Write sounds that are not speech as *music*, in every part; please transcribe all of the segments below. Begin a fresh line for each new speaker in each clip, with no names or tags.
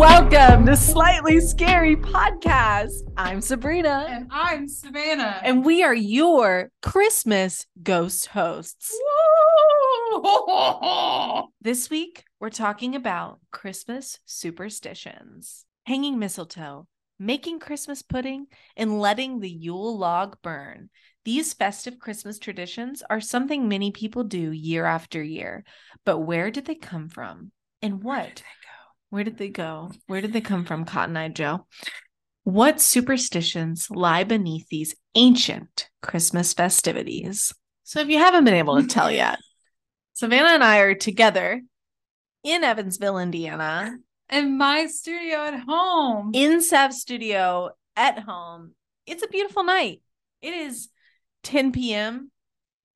welcome to Slightly Scary Podcast. I'm Sabrina,
And I'm Savannah.
and we are your Christmas ghost hosts.
Woo!
This week, we're talking about Christmas superstitions, hanging mistletoe, making Christmas pudding, and letting the Yule log burn. These festive Christmas traditions are something many people do year after year. But where did they come from? And what Where did they go? Where did they come from, Cotton Eye Joe? What superstitions lie beneath these ancient Christmas festivities? So, if you haven't been able to tell yet, Savannah and I are together in Evansville, Indiana,
In my studio at home.
in Sav Studio at home. It's a beautiful night. It is 10 p.m.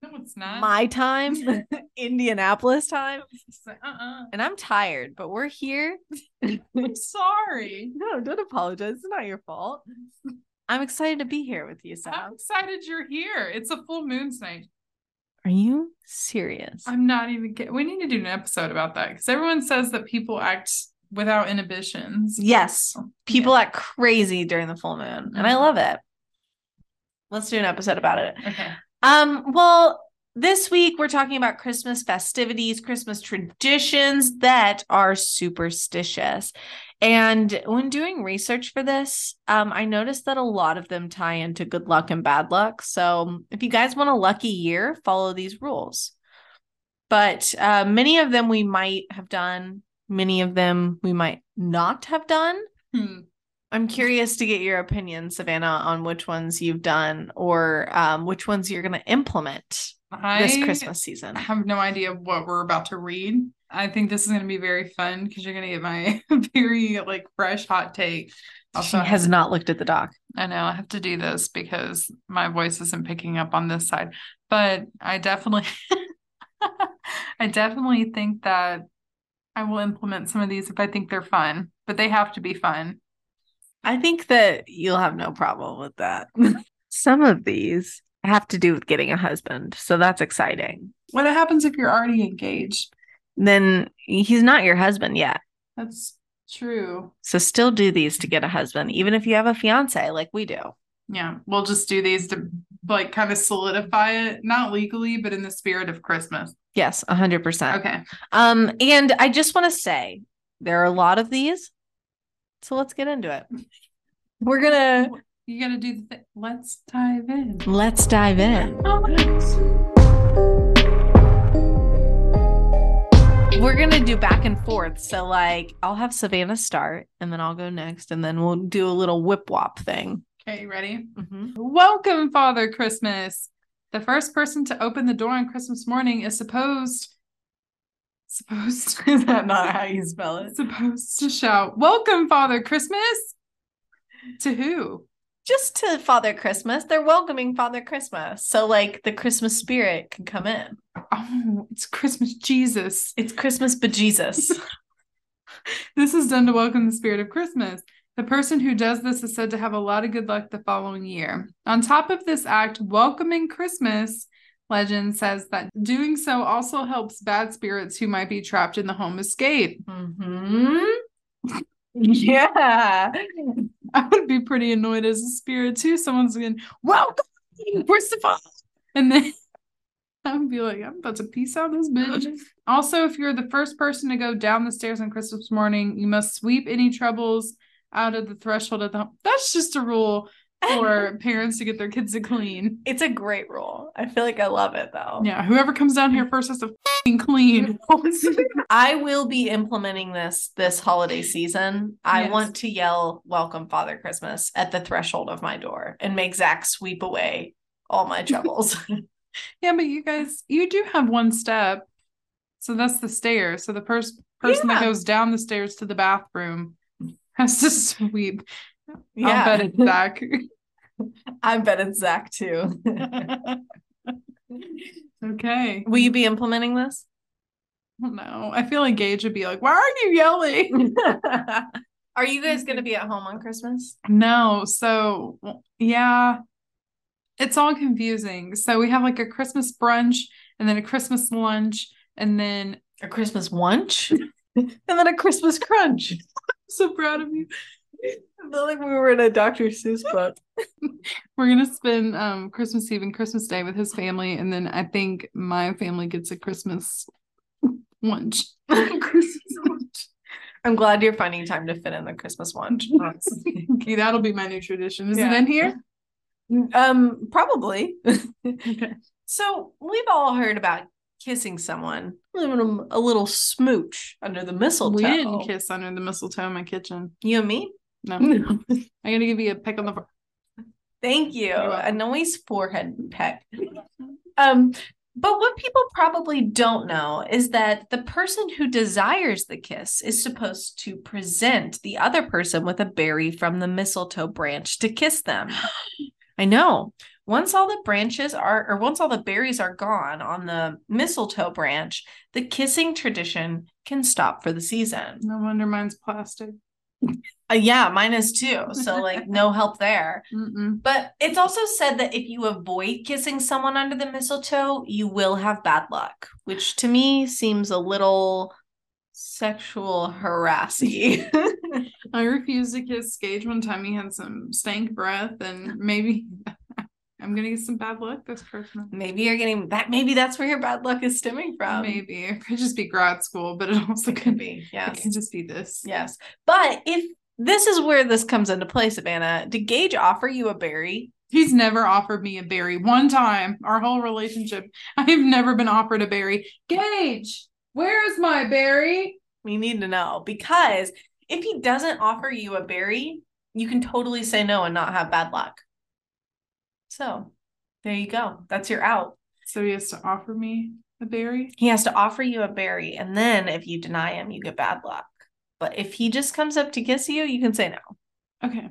no, it's not.
my time, *laughs* Indianapolis time,
*laughs* It's like, uh-uh.
and I'm tired, but we're here. *laughs*
I'm sorry.
No, don't apologize. It's not your fault. Ah. I'm excited to be here with you,
I'm
Sam.
excited you're here. It's a full moon tonight.
Are you serious?
I'm not even kidding. We need to do an episode about that because everyone says that people act without inhibitions.
yes. People act crazy during the full moon, and I love it. Let's do an episode about it.
Okay.
Um, well, this week we're talking about Christmas festivities, Christmas traditions that are superstitious. And when doing research for this, um, I noticed that a lot of them tie into good luck and bad luck. So um, if you guys want a lucky year, follow these rules. But uh, many of them we might have done, many of them we might not have done.
Hmm.
I'm curious to get your opinion, Savannah, on which ones you've done or um, which ones you're going to implement
I
this Christmas season.
have no idea what we're about to read. I think this is going to be very fun because you're going to get my *laughs* very like fresh hot take.
She
Also, I
has not looked at the doc.
I know I have to do this because my voice isn't picking up on this side, but I definitely, *laughs* I definitely think that I will implement some of these if I think they're fun, but they have to be fun.
I think that you'll have no problem with that. *laughs* Some of these have to do with getting a husband. So that's exciting.
What happens if you're already engaged?
Then he's not your husband yet.
That's true.
So still do these to get a husband, even if you have a fiance like we do.
Yeah, we'll just do these to like kind of solidify it, not legally, but in the spirit of Christmas.
Yes, 100%.
Okay.
Um, and I just want to say there are a lot of these. So let's get into it. We're gonna
You got to do the thing. Let's dive in.
let's dive in.
Oh my gosh.
We're gonna do back and forth. So like I'll have Savannah start and then I'll go next and then we'll do a little whip wop thing.
Okay, you ready? Welcome, Father Christmas. The first person to open the door on Christmas morning is supposed supposed *laughs* is that not how you spell it? Supposed to shout, "Welcome, Father Christmas." To who?
Just to Father Christmas. They're welcoming Father Christmas. So like the Christmas spirit can come in.
Oh, it's Christmas Jesus.
It's Christmas bejesus.
This is done to welcome the spirit of Christmas. The person who does this is said to have a lot of good luck the following year. On top of this act, welcoming Christmas, legend says that doing so also helps bad spirits who might be trapped in the home escape.
mm-hmm. *laughs* Yeah.
I would be pretty annoyed as a spirit too. Someone's going, Welcome, Christopher. And then *laughs* I'd be like, I'm about to peace out this bitch. also, if you're the first person to go down the stairs on Christmas morning, you must sweep any troubles out of the threshold of the home. That's just a rule for parents to get their kids to clean.
It's a great rule. I feel like I love it though.
Yeah, whoever comes down here first has to fing clean. *laughs*
*laughs* I will be implementing this this holiday season. I
Yes.
want to yell "Welcome, Father Christmas" at the threshold of my door and make Zach sweep away all my
*laughs*
troubles.
yeah, but you guys, you do have one step. So that's the stairs. So the first person that
Yeah.
goes down the stairs to the bathroom has to *laughs* sweep. I'll
*laughs* yeah,
bet
*laughs*
it's Zach.
I bet it's Zach
*laughs*
too.
okay.
will you be implementing
*laughs*
this?
No, I feel like Gage would be like, why are you yelling?
*laughs* Are you guys going to be at home on Christmas?
No, so well, yeah, it's all confusing. So we have like a Christmas brunch and then a Christmas lunch and then
*laughs* A Christmas lunch, and then a Christmas crunch.
so proud of you.
I feel like we were in a Dr. Seuss
*laughs*
book.
We're gonna spend um Christmas Eve and Christmas Day with his family, and then I think my family gets a Christmas
*laughs*
lunch.
Christmas lunch. I'm glad you're finding time to fit in the Christmas lunch. honestly.
Okay, that'll be my new tradition. Is
Yeah.
it in here?
um, probably. *laughs*
Okay.
So we've all heard about kissing someone, a little, a little smooch under the mistletoe.
We didn't kiss under the mistletoe in my kitchen.
You and me.
*laughs*
*laughs*
No, I'm gonna give you a peck on the. fo-
Thank you. A
welcome.
nice forehead peck. Um, but what people probably don't know is that the person who desires the kiss is supposed to present the other person with a berry from the mistletoe branch to kiss them. I know. Once all the branches are, or once all the berries are gone on the mistletoe branch, the kissing tradition can stop for the season.
No wonder mine's plastic.
Uh, yeah, mine is too. So, like, no help there.
Mm-mm.
But it's also said that if you avoid kissing someone under the mistletoe, you will have bad luck, which to me seems a little sexual harassy.
I refused to kiss Gage one time. He had some stank breath, and maybe *laughs* I'm gonna get some bad luck this Christmas.
*laughs* maybe you're getting that. Maybe that's where your bad luck is stemming from.
maybe it could just be grad school, but it also
It could be.
It
Yes.
could just be this.
Yes. But if this is where this comes into play, Savannah, did Gage offer you a berry?
He's never offered me a berry. One time, our whole relationship, *laughs* I have never been offered a berry. Gage, where's my berry?
We need to know because if he doesn't offer you a berry, you can totally say no and not have bad luck. So there you go. That's your out.
So he has to offer me a berry.
He has to offer you a berry, and then if you deny him, you get bad luck. But if he just comes up to kiss you, you can say no.
Okay,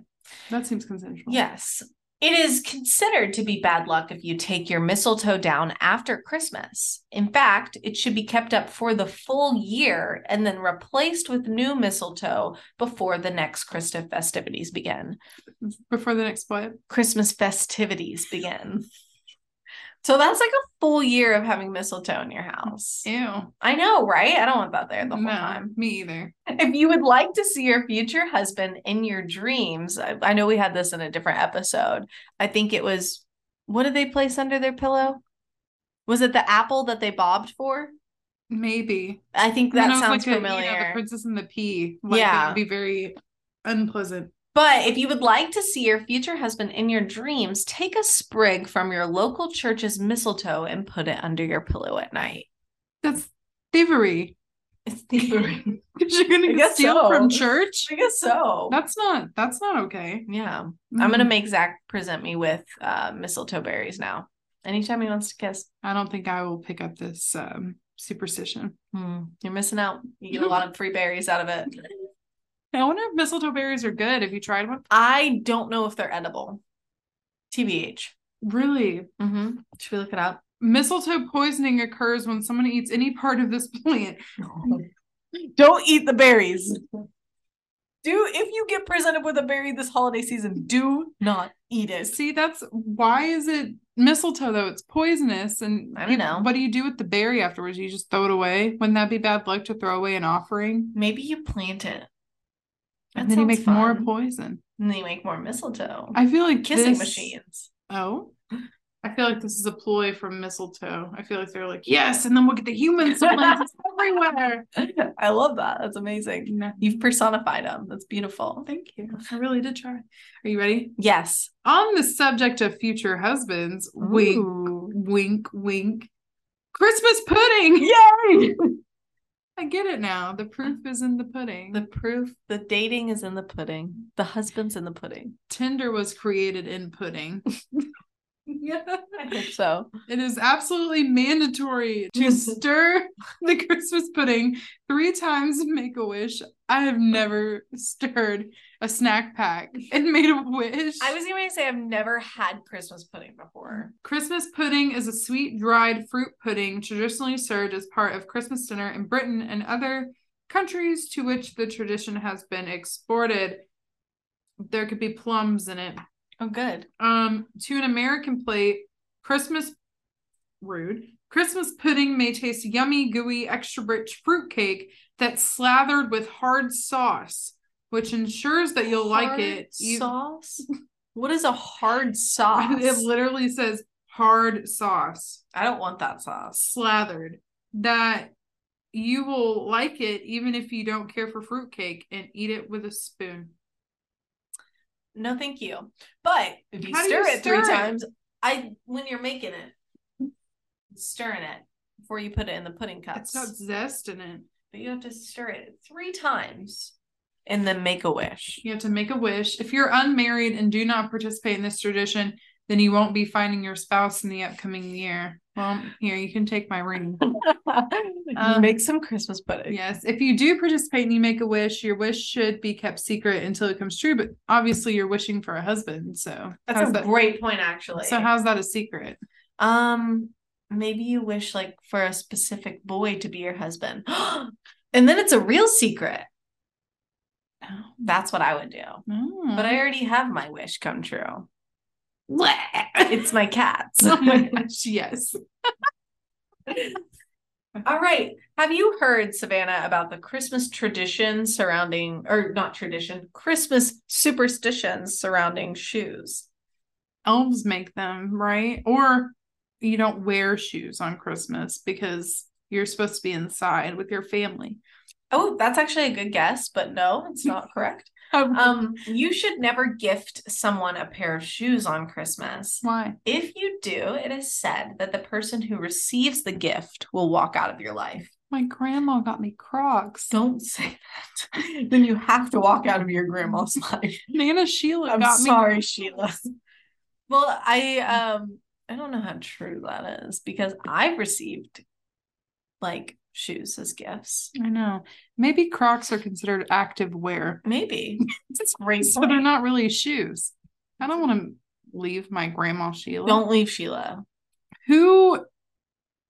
that seems consensual.
Yes. It is considered to be bad luck if you take your mistletoe down after Christmas. In fact, it should be kept up for the full year and then replaced with new mistletoe before the next Christmas festivities begin.
Before the next what?
Christmas festivities begin. So that's like a full year of having mistletoe in your house.
Ew.
I know, right? I don't want that there the whole
no,
time.
me either.
If you would like to see your future husband in your dreams, I, I know we had this in a different episode. I think it was what did they place under their pillow? Was it the apple that they bobbed for?
Maybe
I think
And
that
I was
sounds
like the- you know,
familiar.
the princess and the pea. Like,
Yeah.
it would be very unpleasant.
But if you would like to see your future husband in your dreams, take a sprig from your local church's mistletoe and put it under your pillow at
*laughs*
night.
That's
*laughs*
thievery. *laughs*
It's the
Because you're
I
gonna
guess
steal
so.
from church.
I guess so.
That's not. That's not okay.
yeah. I'm gonna
Mm.
make Zach present me with uh, mistletoe berries now. Anytime he wants to kiss.
I don't think I will pick up this um, superstition.
Hmm, you're missing out. You get a lot of free berries out of it.
I wonder if mistletoe berries are good. Have you tried one?
I don't know if they're edible. TBH.
Really?
Mm-hmm. Should we look it
*laughs*
up?
Mistletoe poisoning occurs when someone eats any part of this *laughs* plant.
Don't eat the berries. *laughs* Do if you get presented with a berry this holiday season, do not eat it.
See, that's why is it mistletoe though? It's poisonous, and
I don't know.
What do you do with the berry afterwards? You just throw it away. Wouldn't that be bad luck to throw away an offering?
Maybe you plant it. That
and then you
sounds
make more
fun.
poison.
and then you make more mistletoe.
I feel like
Kissing
this-
machines. *laughs*
Oh. I feel like this is a ploy from mistletoe. I feel like they're like,
*laughs*
yes, and then we'll get the humans to plant this everywhere.
I love that. That's amazing.
No,
You've personified them. That's beautiful.
Thank you. I really did try. Are you ready?
Yes.
On the subject of future husbands, wink,
Ooh.
wink, wink. Christmas pudding. *laughs*
Yay!
I get it now. The proof is in the pudding.
The
The
proof, the dating is in the pudding. The husband's in the pudding.
Tinder was created
*laughs*
in pudding.
I hope so.
It is absolutely mandatory
*laughs*
to stir the Christmas pudding three times and make a wish. I have never stirred a snack pack and made a wish.
I was going to say I've never had Christmas pudding before.
Christmas pudding is a sweet dried fruit pudding traditionally served as part of Christmas dinner in Britain and other countries to which the tradition has been exported. There could be plums in it.
Oh, good.
Um, to an American plate, Christmas rude. Christmas pudding may taste yummy, gooey, extra rich fruitcake that's slathered with hard sauce. which ensures that you'll like
Hard
it. e-
Sauce? *laughs* What is a hard
*laughs* it
sauce?
literally says hard sauce
I don't want that sauce.
slathered that you will like it even if you don't care for fruitcake and eat it with a spoon.
No, thank you. But if you
How do
stir
you
it three
stir it?
times, I when you're making it, stirring it before you put it in the pudding
It's
cups.
got zest in it.
But you have to stir it three times and then make a
*laughs*
wish.
You have to make a wish. If you're unmarried and do not participate in this tradition, then you won't be finding your spouse in the upcoming year. Well, here, you can take
*laughs*
my ring. Um,
make some Christmas pudding.
Yes. If you do participate and you make a wish, your wish should be kept secret until it comes true. But obviously, you're wishing for a husband. So
That's
how's
a
that-
great point, actually.
So, how's that a secret?
Um, maybe you wish like for a specific boy to be your husband. *gasps* and then it's a real secret. Oh, That's what I would do. But
Mm-hmm.
I already have my wish come true. *laughs* It's my cats.
*laughs*
*laughs*
oh my gosh, Hmm. yes.
All right. Have you heard, Savannah, about the Christmas tradition surrounding, or not tradition, Christmas superstitions surrounding shoes?
Elves make them, right? Or you don't wear shoes on Christmas because you're supposed to be inside with your family.
Oh, that's actually a good guess, but no, it's not correct. Um, you should never gift someone a pair of shoes on Christmas.
Why?
If you do, it is said that the person who receives the gift will walk out of your life.
My grandma got me Crocs.
Don't say that. *laughs* then you have to walk out of your grandma's *laughs* life.
Nana Sheila
I'm
got
sorry,
me.
Sheila. Well, I um I don't know how true that is because I've received like shoes as gifts.
I know. Maybe Crocs are considered active wear. *laughs*
Maybe. It's great.
So they're not really shoes. I don't want to leave my grandma Sheila.
Don't leave Sheila.
Who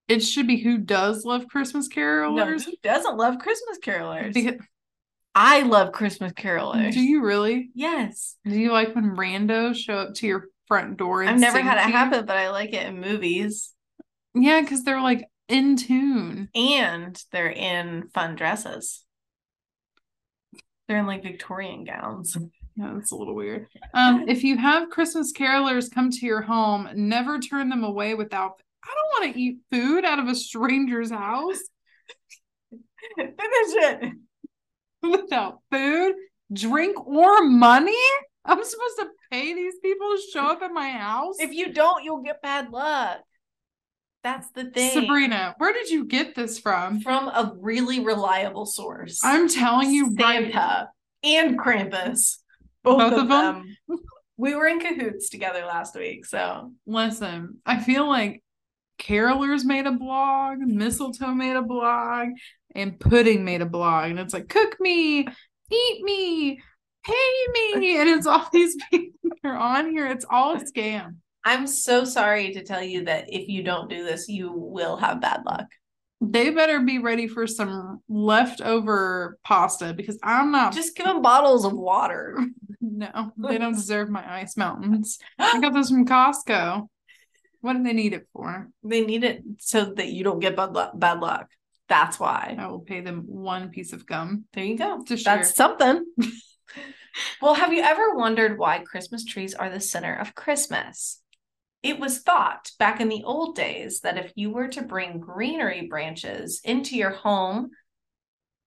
it should be who does love Christmas
No,
carolers.
who doesn't love Christmas carolers?
Because-
I love Christmas carolers.
do you really?
Yes.
Do you like when randos show up to your front door? And
I've never
sing
had
to
it
you?
happen, but I like it in movies.
Yeah, because they're like in tune.
And they're in fun dresses. They're in like Victorian gowns.
*laughs* Yeah, that's a
*laughs*
little weird. Um, if you have Christmas carolers come to your home, never turn them away without. I don't want to eat food out of a stranger's house *laughs*
Finish it.
without food, drink, or money. I'm supposed to pay these people to show up at my house.
If you don't, you'll get bad luck. That's the thing.
Sabrina, where did you get this from?
From a really reliable source.
I'm telling you, right,
Santa and Krampus. Both,
Both
of,
of
them.
them?
we were in cahoots together last week, so
Listen, I feel like Carolers made a blog, Mistletoe made a blog, and Pudding made a blog. And it's like, cook me, eat me, pay
*laughs*
me. And it's all these people that are on here. It's all a scam.
I'm so sorry to tell you that if you don't do this, you will have bad luck.
They better be ready for some leftover pasta because I'm not.
Just give them bottles of water. *laughs*
no, they don't deserve my ice mountains. I got those from Costco. What do they need it for?
They need it so that you don't get bad luck. Bad luck. That's why.
I will pay them one piece of gum.
There you go.
To share.
That's something. *laughs* well, have you ever wondered why Christmas trees are the center of Christmas? It was thought back in the old days that if you were to bring greenery branches into your home,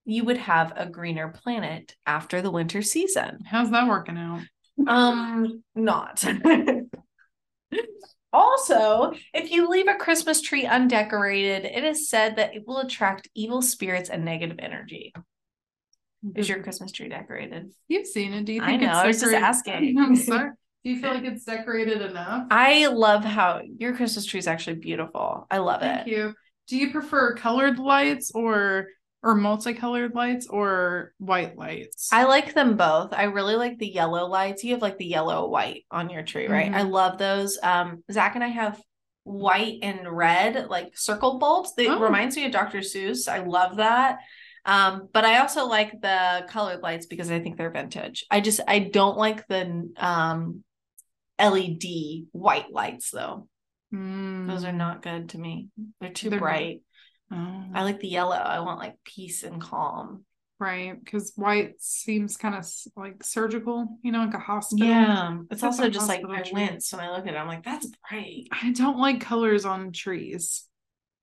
you would have a greener planet after the winter season.
How's that working out?
Um, not. *laughs* also, if you leave a Christmas tree undecorated, it is said that it will attract evil spirits and negative energy. Is your Christmas tree decorated?
You've seen it. Do you
I
think
know,
it's
I was just
decorated-
asking.
*laughs* I'm sorry.
*laughs*
Do you feel like it's decorated enough?
I love how your Christmas tree is actually beautiful. I love
Thank
it.
you. Do you prefer colored lights or or multicolored lights or white lights?
I like them both. I really like the yellow lights. You have like the yellow white on your tree, right?
Mhm.
I love those. Um, Zach and I have white and red like circle bulbs. That
Oh.
reminds me of Dr. Seuss. I love that. Um, but I also like the colored lights because I think they're vintage. I just I don't like the um LED white lights though.
Mm.
Those are not good to me. They're too
They're not.
bright.
Oh,
I like the yellow. I want like peace and calm.
right? Because white seems kind of like surgical, you know, like a hospital.
Yeah. It's
That's
also
a
just like I
hospital tree.
wince when I look at it. I'm like, that's bright.
I don't like colors on trees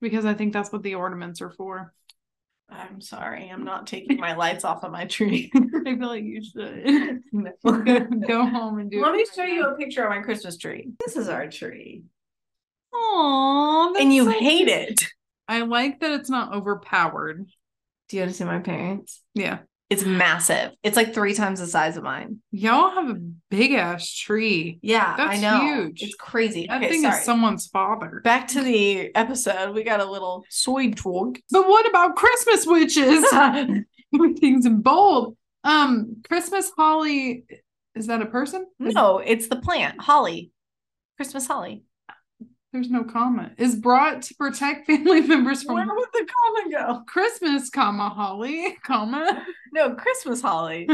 because I think that's what the ornaments are for. *laughs*
I'm sorry. I'm not taking my lights off of my tree. *laughs*
I feel like you should
No.
*laughs* go home and do.
Let
it
me
right
show
now.
you a picture of my Christmas tree. This is our tree.
Aw,
and
that's
you
so
hate
cute.
it.
I like that it's not overpowered.
Do you want to see my parents?
Yeah.
It's massive. It's like three times the size of mine.
Y'all have a big ass tree.
Yeah, I
That's
know.
huge.
It's crazy.
That
okay,
thing
sorry.
is someone's father.
Back to the episode. We got a
*laughs*
little *laughs* soy talk.
But what about
*laughs*
Christmas witches? *laughs*
no,
Everything's in bold. Um, Christmas holly is that a person?
it's the plant, holly. Christmas holly.
There's no comment. Is brought to protect *laughs* family members from
Where would the comma go?
Christmas, comma
*laughs*
holly, comma
No, Christmas holly.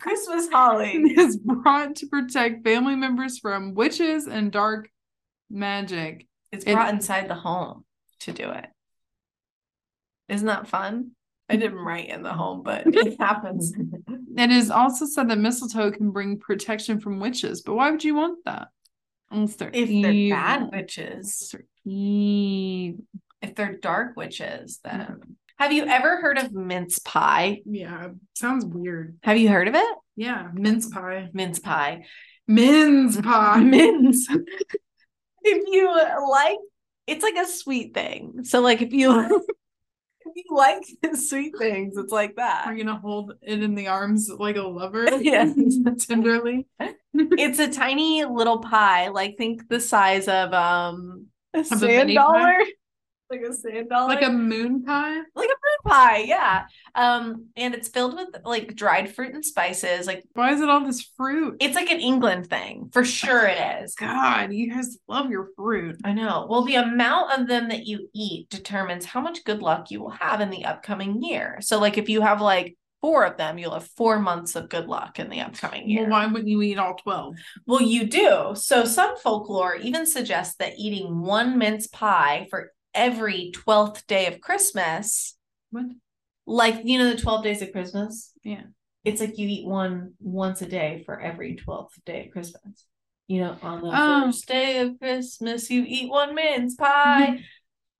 Christmas
*laughs*
holly.
*laughs* is brought to protect family members from witches and dark magic.
It's
It-
brought inside the home to do it. Isn't that fun? I didn't write in the home, but it happens.
It is also said that mistletoe can bring protection from witches, but why would you want that? Unless they're
If they're
evil.
bad
Unless
witches,
they're evil.
if they're dark witches,
Mm-hmm.
then have you ever heard of mince pie?
Yeah, sounds weird.
Have you heard of it?
Yeah, mince pie.
Mince pie. *laughs*
Mince pie.
mints. if you like, it's like a sweet thing. So like if you *laughs* if you like *laughs* sweet things, it's like
Are
that.
you gonna hold it in the arms like a lover?
*laughs* Yes.
*laughs* tenderly.
It's a tiny little pie, like think the size of um a sand
mini
dollar. Like a sand dollar.
Like a moon pie.
like a moon pie, yeah. Um, and it's filled with like dried fruit and spices. Like
Why is it all this fruit?
it's like an England thing for sure. It is.
God, you guys love your fruit.
I know. Well, the amount of them that you eat determines how much good luck you will have in the upcoming year. So, like, if you have like four of them, you'll have four months of good luck in the upcoming year.
Well, why wouldn't you eat all twelve?
Well, you do. So, some folklore even suggests that eating one mince pie for every 12th day of Christmas,
What?
like, you know, the 12 days of Christmas?
Yeah.
It's like you eat one once a day for every 12th day of Christmas. You know, on the
Oh.
first day of Christmas, you eat one mince pie.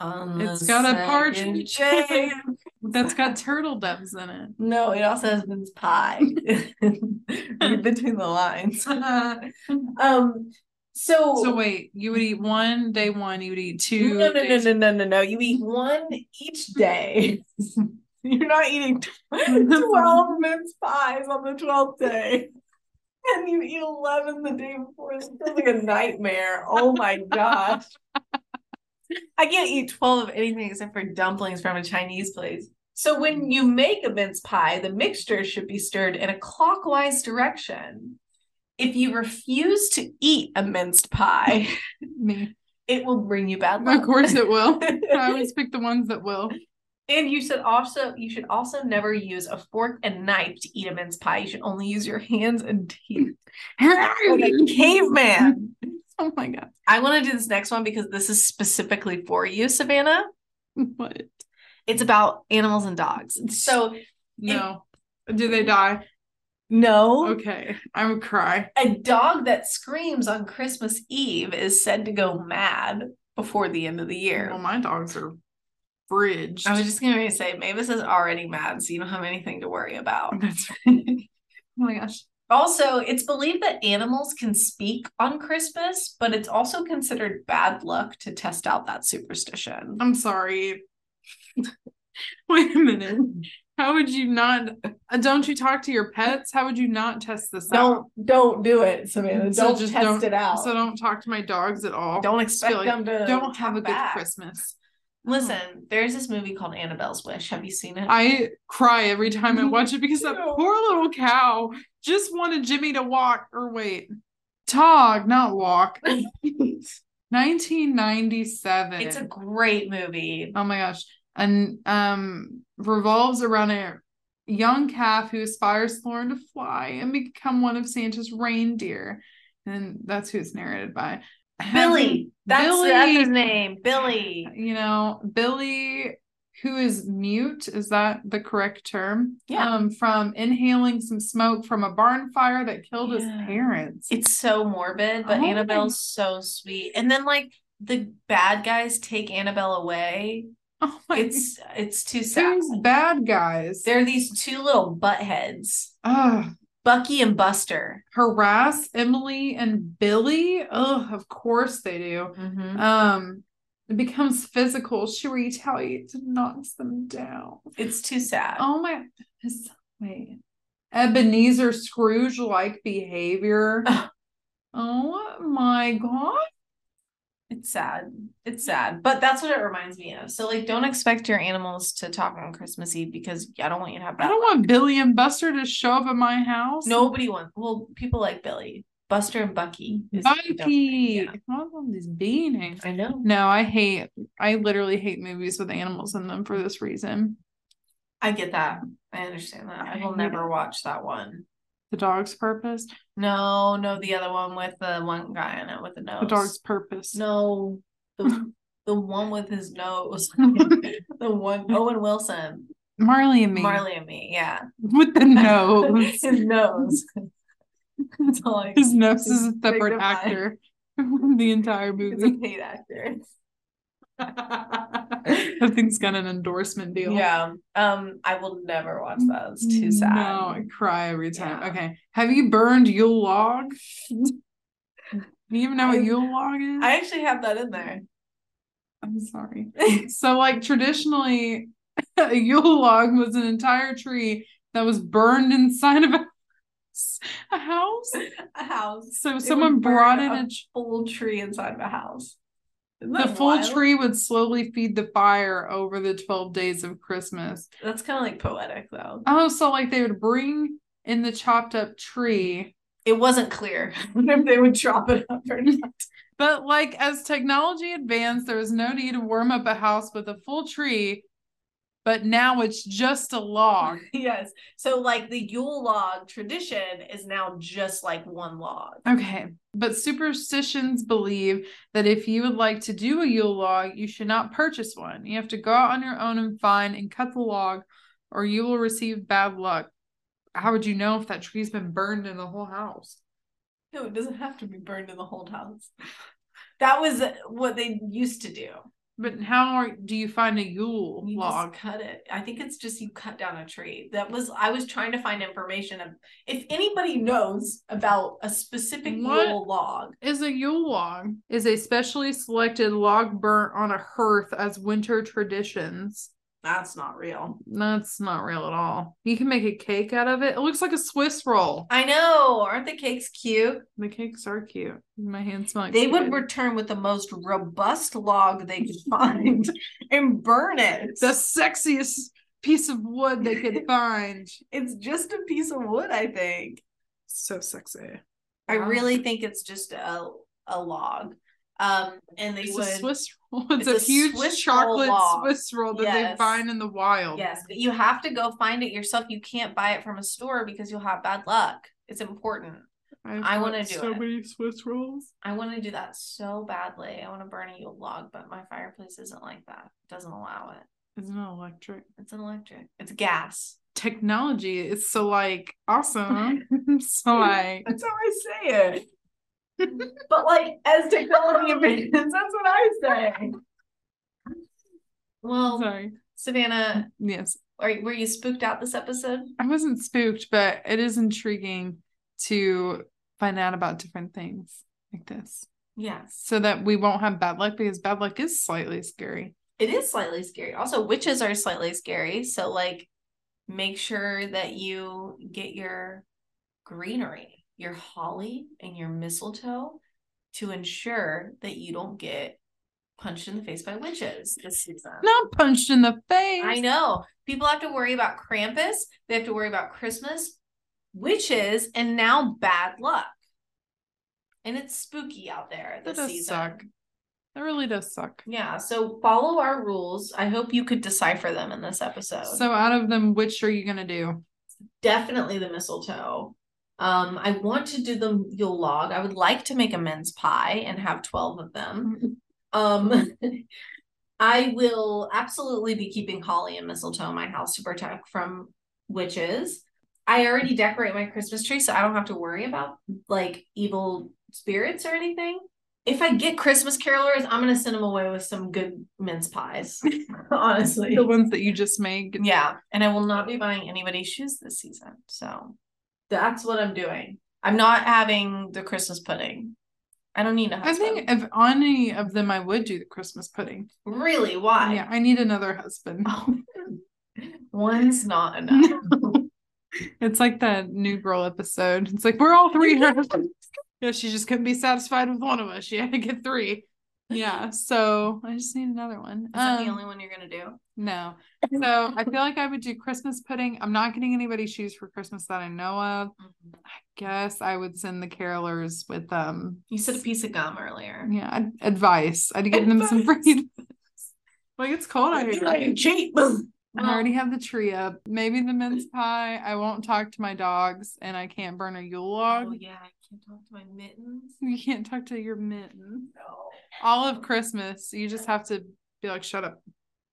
On
*laughs* It's
the
got a
second
*laughs* partridge.
day-
That's got turtle doves in it.
*laughs* No, it also has mince pie. *laughs* Read between the lines. *laughs* um, so,
So wait, you would eat one day one, you would eat two.
no, no,
day
no,
two.
no, no, no, no. You eat one each day. *laughs* You're not eating *laughs* tw- twelve mince pies on the twelfth day, and you eat eleven the day before. It's like a nightmare. Oh my gosh. *laughs* I can't eat 12 of anything except for dumplings from a Chinese place. So when you make a mince pie, the mixture should be stirred in a clockwise direction. If you refuse to eat a minced pie,
*laughs*
*laughs*
Me.
it will bring you bad luck. *laughs*
Of course it will. *laughs* I always pick the ones that will.
and you should also you should also never use a fork and knife to eat a mince pie. You should only use your hands and teeth. Like a caveman.
*laughs* Oh my god.
I want to do this next one because this is specifically for you, Savannah.
What?
It's about animals and dogs. So
No. Do they die? Oh.
no,
Okay. I would cry.
a dog that screams on Christmas Eve is said to go mad before the end of the year.
Well, Oh my dogs are bridged.
I was just gonna say Mavis is already mad, so you don't have anything to worry about.
*laughs* That's *laughs* oh my gosh.
Also, it's believed that animals can speak on Christmas, but it's also considered bad luck to test out that superstition.
I'm sorry. *laughs* Wait a minute. How would you not? uh, Don't you talk to your pets? How would you not test this out?
don't do it, Savannah.
So just don't- So don't talk to my dogs at all.
Don't expect
like,
them to
Don't have a
come
good
back.
Christmas.
Listen, there's this movie called Annabelle's Wish. Have you seen it?
I cry every time I watch it because that
Ew.
poor little cow just wanted Jimmy to walk or wait, tog, not walk.
*laughs*
1997.
it's a great movie.
oh my gosh, and um revolves around a young calf who aspires to learn to fly and become one of Santa's reindeer, and that's who it's narrated by.
Billy. That's,
Billy.
that's his name. Billy.
you know, Billy who is mute is that the correct term
Yeah.
um from inhaling some smoke from a barn fire that killed his
Yeah.
parents
It's so morbid, but
Oh my
Annabelle's so sweet. And then like the bad guys take Annabelle away.
*laughs* oh
*laughs*
my
It's it's too sad.
these bad guys
There are these two little butt heads,
Ugh.
Bucky and Buster.
harass Emily and Billy oh of course they do
Mm-hmm.
um it becomes physical she retaliates and knocks them down
It's too sad.
oh my goodness. wait Ebenezer Scrooge like
*sighs*
behavior
Ugh.
oh my god
It's sad. It's sad. But that's what it reminds me of. So like don't expect your animals to talk on Christmas Eve because I don't want you to have
I
that.
don't want Billy and Buster to show up at my house.
Nobody wants well, people like Billy. Buster and Bucky. is-
Bucky.
Yeah.
All of these bean hangs.
I know.
No, I hate. I literally hate movies with animals in them for this reason.
I get that. I understand that. I
I
will
hate
never watch that one.
The dog's purpose.
No, no, the other one with the one guy in it with the nose.
The dog's purpose.
No,
*laughs*
the the one with his nose. the one Owen Wilson,
Marley and me
Marley and me. Yeah, *laughs*
with the nose.
his nose. That's all I.
His nose is a
Big
separate
divide.
actor *laughs* from the entire
He's a
movie.
paid actor.
*laughs* I think it's got an endorsement deal.
Yeah. Um, I will never watch that. It's too sad.
Mm, No, I cry every time.
Yeah.
Okay. Have you burned Yule log? Do you even know
I-
what Yule log is?
I actually have that in there. *laughs*
I'm sorry. so, like traditionally, *laughs* a Yule log was an entire tree that was burned inside of a house. A house?
A house,
So
would
someone brought
burn
in a,
up
tr-
full tree inside of a house. Isn't
the
that
full
wild?
tree would slowly feed the fire over the twelve days of Christmas.
That's kind of like poetic, though.
Oh, so like they would bring in the chopped up tree
It wasn't clear *laughs* if they would chop it up or not.
But like as technology advanced, there was no need to warm up a house with a full tree. But now it's just a log.
*laughs* Yes. So like the Yule log tradition is now just like one log.
Okay. But superstitions believe that if you would like to do a Yule log, you should not purchase one. You have to go out on your own and find and cut the log, or you will receive bad luck. How would you know if that tree's been burned in the whole house?
No, it doesn't have to be burned in the whole house. That was what they used to do.
But how are, do you find a Yule
You
log?
just cut it. I think it's just you cut down a tree. That was I was trying to find information of if anybody knows about a specific
What?
Yule log.
is a Yule log is a specially selected log burnt on a hearth as winter traditions.
That's not real.
That's not real at all. You can make a cake out of it. It looks like a Swiss roll.
I know. Aren't the cakes cute?
The cakes are cute. My hands smell. Like
They would
sweet.
return with the most robust log they could find *laughs* and burn it.
the sexiest piece of wood they
*laughs*
could find.
It's just a piece of wood, I think.
So sexy.
I
Wow.
really think it's just a a log. Um, and they
It's a
would
Swiss roll. *laughs* It's,
It's
a
a
huge
Swiss roll
chocolate
log.
Swiss roll that
Yes.
they find in the wild.
yes, but you have to go find it yourself. You can't buy it from a store because you'll have bad luck. It's important.
I've
I
got
wanna do
so
it.
many Swiss rolls.
I want to do that so badly. I want to burn a Yule log, but my fireplace isn't like that. It doesn't allow it.
Isn't it electric?
It's an electric. It's gas.
technology is so like awesome.
*laughs*
*laughs* so like
That's how I say it. *laughs* but like as technology advances, *laughs* that's what I say. Well,
sorry.
Savannah,
Yes.
are were you spooked out this episode?
I wasn't spooked, but it is intriguing to find out about different things like this.
Yes.
So that we won't have bad luck because bad luck is slightly scary.
It is slightly scary. Also, witches are slightly scary. So like make sure that you get your greenery, your holly and your mistletoe to ensure that you don't get punched in the face by witches this season.
Not punched in the face.
I know. People have to worry about Krampus. They have to worry about Christmas, witches, and now bad luck. And it's spooky out there
That
this
does
season.
suck. That really does suck.
Yeah. So follow our rules. I hope you could decipher them in this episode.
So out of them, which are you gonna do?
definitely the mistletoe. Um, I want to do the Yule log. I would like to make a mince pie and have 12 of them. Um, *laughs* I will absolutely be keeping holly and mistletoe in my house to protect from witches. I already decorate my Christmas tree, so I don't have to worry about like evil spirits or anything. If I get Christmas carolers, I'm gonna send them away with some good mince pies. *laughs* Honestly.
The ones that you just
*laughs*
make.
Yeah, and I will not be buying anybody shoes this season. So that's what I'm doing. I'm not having the Christmas pudding. I don't need a
I
husband.
think if on any of them, I would do the Christmas pudding.
really, why?
Yeah, I need another husband.
*laughs* One's not enough.
It's like that new girl episode. It's like we're all
*laughs*
three her husbands. Yeah, she just couldn't be satisfied with one of us. She had to get three. Yeah, so I just need another one.
Is that the
Um,
only one you're gonna do?
No. So I feel like I would do Christmas pudding. I'm not getting anybody shoes for Christmas that I know of.
Mm-hmm.
I guess I would send the carolers with um
You said a piece of gum earlier.
yeah, ad- advice. I'd give them some free advice. Like it's cold out here.
cheat.
I already have the tree up. Maybe the mince pie. I won't talk to my dogs and I can't burn a Yule log.
Oh yeah, I can't talk to my mittens.
*laughs* You can't talk to your mitten.
No.
All of Christmas, you just have to be like, shut up.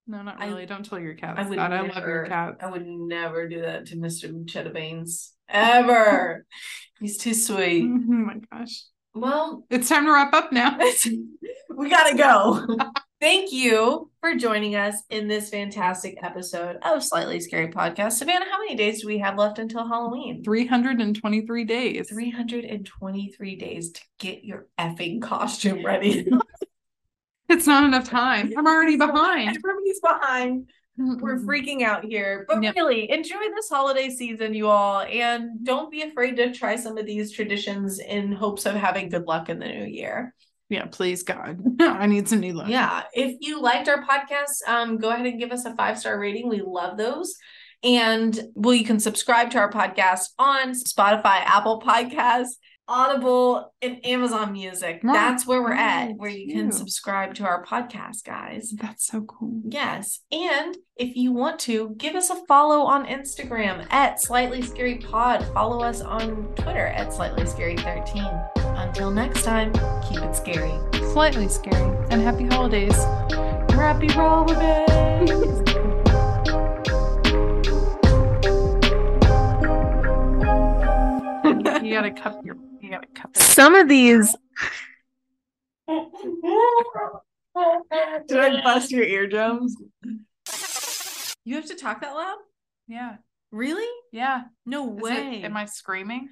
No, not
I-
really. Don't tell your cat.
I would
Scott. I love your
never-
cat.
I would never do that to Mr. Cheddar Beans. Ever. *laughs* He's too
*laughs* Oh
sweet.
my gosh.
Well,
It's time to wrap up now. *laughs*
*laughs* we gotta go. *laughs* Thank you for joining us in this fantastic episode of Slightly Scary Podcast. Savannah, how many days do we have left until Halloween?
323 days.
323 days to get your effing costume *laughs* ready.
It's not enough time. I'm already behind.
Everybody's behind. We're freaking out here. But
Yep.
really, enjoy this holiday season, you all. And don't be afraid to try some of these traditions in hopes of having good luck in the new year.
Yeah, please, God. *laughs* I need some new luck.
Yeah. If you liked our podcast, um, go ahead and give us a five star rating. We love those. And well, you can subscribe to our podcast on Spotify, Apple Podcasts, Audible, and Amazon Music.
Right.
That's where we're at,
Right.
where you can
Yeah.
subscribe to our podcast, guys.
That's so cool.
Yes. And if you want to, give us a follow on Instagram at Slightly Scary Pod. Follow us on Twitter at Slightly Scary 13. Until next time, keep it scary.
Slightly scary. And happy holidays.
Happy holidays!
*laughs* you gotta cup your you gotta cup it.
Some of these
Did I bust your eardrums? You have to talk that loud?
Yeah.
Really?
Yeah.
No
Is it-
way.
am I screaming?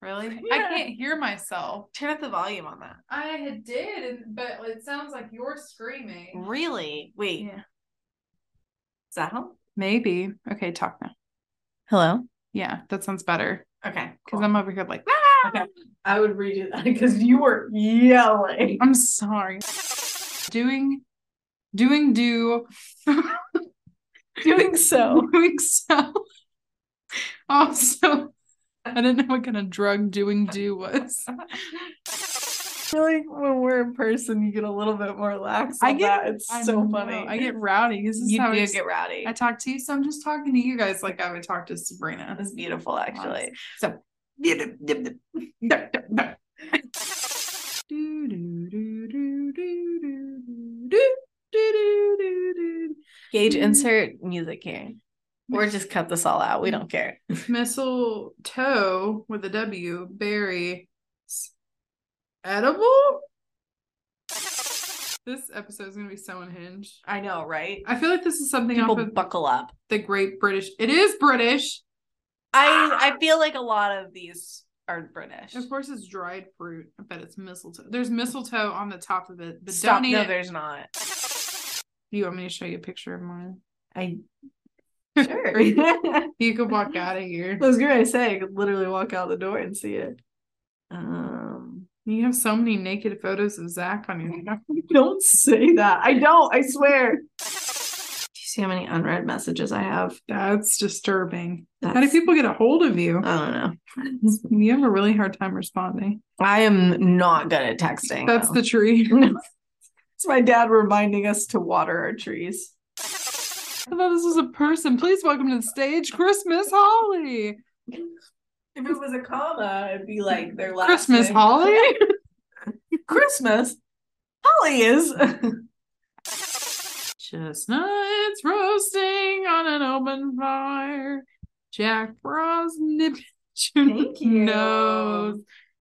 Really? I
Yeah.
can't hear myself.
Turn up the volume on that.
I did, but it sounds like you're screaming.
Really? Wait.
Yeah.
Does that help?
Maybe. Okay, talk now.
Hello.
Yeah, that sounds better.
Okay.
Because
cool.
I'm over here like,
Okay. I would redo that *laughs* because you were yelling.
I'm sorry. Doing, doing, do, *laughs*
Doing so.
doing so. Also, I didn't know what kind of drug doing do was.
feel like when we're in person, you get a little bit more lax.
I
on
get-
that. It's
I
so
know,
funny.
I
*laughs*
get rowdy. This is
you
how I,
do
just-
get rowdy.
I talk to you, so I'm just talking to you guys like I would talk to Sabrina.
It's beautiful, actually.
So.
*laughs* Gage, insert music here. *laughs* Or just cut this all out. We don't care.
Mistletoe with a W, berry, s- edible. This episode is gonna be so unhinged.
I know, right?
I feel like this is something
People
off of
buckle up.
the Great British. It is British.
I I feel like a lot of these are British.
Of course, it's dried fruit. I bet it's mistletoe. There's mistletoe on the top of it, but
Stop.
don't eat
No,
it.
there's not.
You want me to show you a picture of mine?
*laughs* I sure. I
You could walk out of here.
was gonna say *laughs* I could literally walk out the door and see it. Um
You have so many naked photos of Zach on
*laughs*
your.
don't say that. I don't, I swear. Do you see how many unread messages I have?
That's disturbing. How do
That's-
people get a hold of you?
I don't know.
You have a really hard time responding.
I am not good at texting.
That's
though.
the tree. *laughs*
*laughs* It's my dad reminding us to water our trees.
I thought this was a person. Please welcome to the stage, Christmas Holly.
If it was a comma, it'd be like their last
Christmas
name. *laughs*
Holly.
Christmas. Holly is.
Chestnuts roasting on an open *laughs* fire. Jack Bros nipping
Thank you.
nose.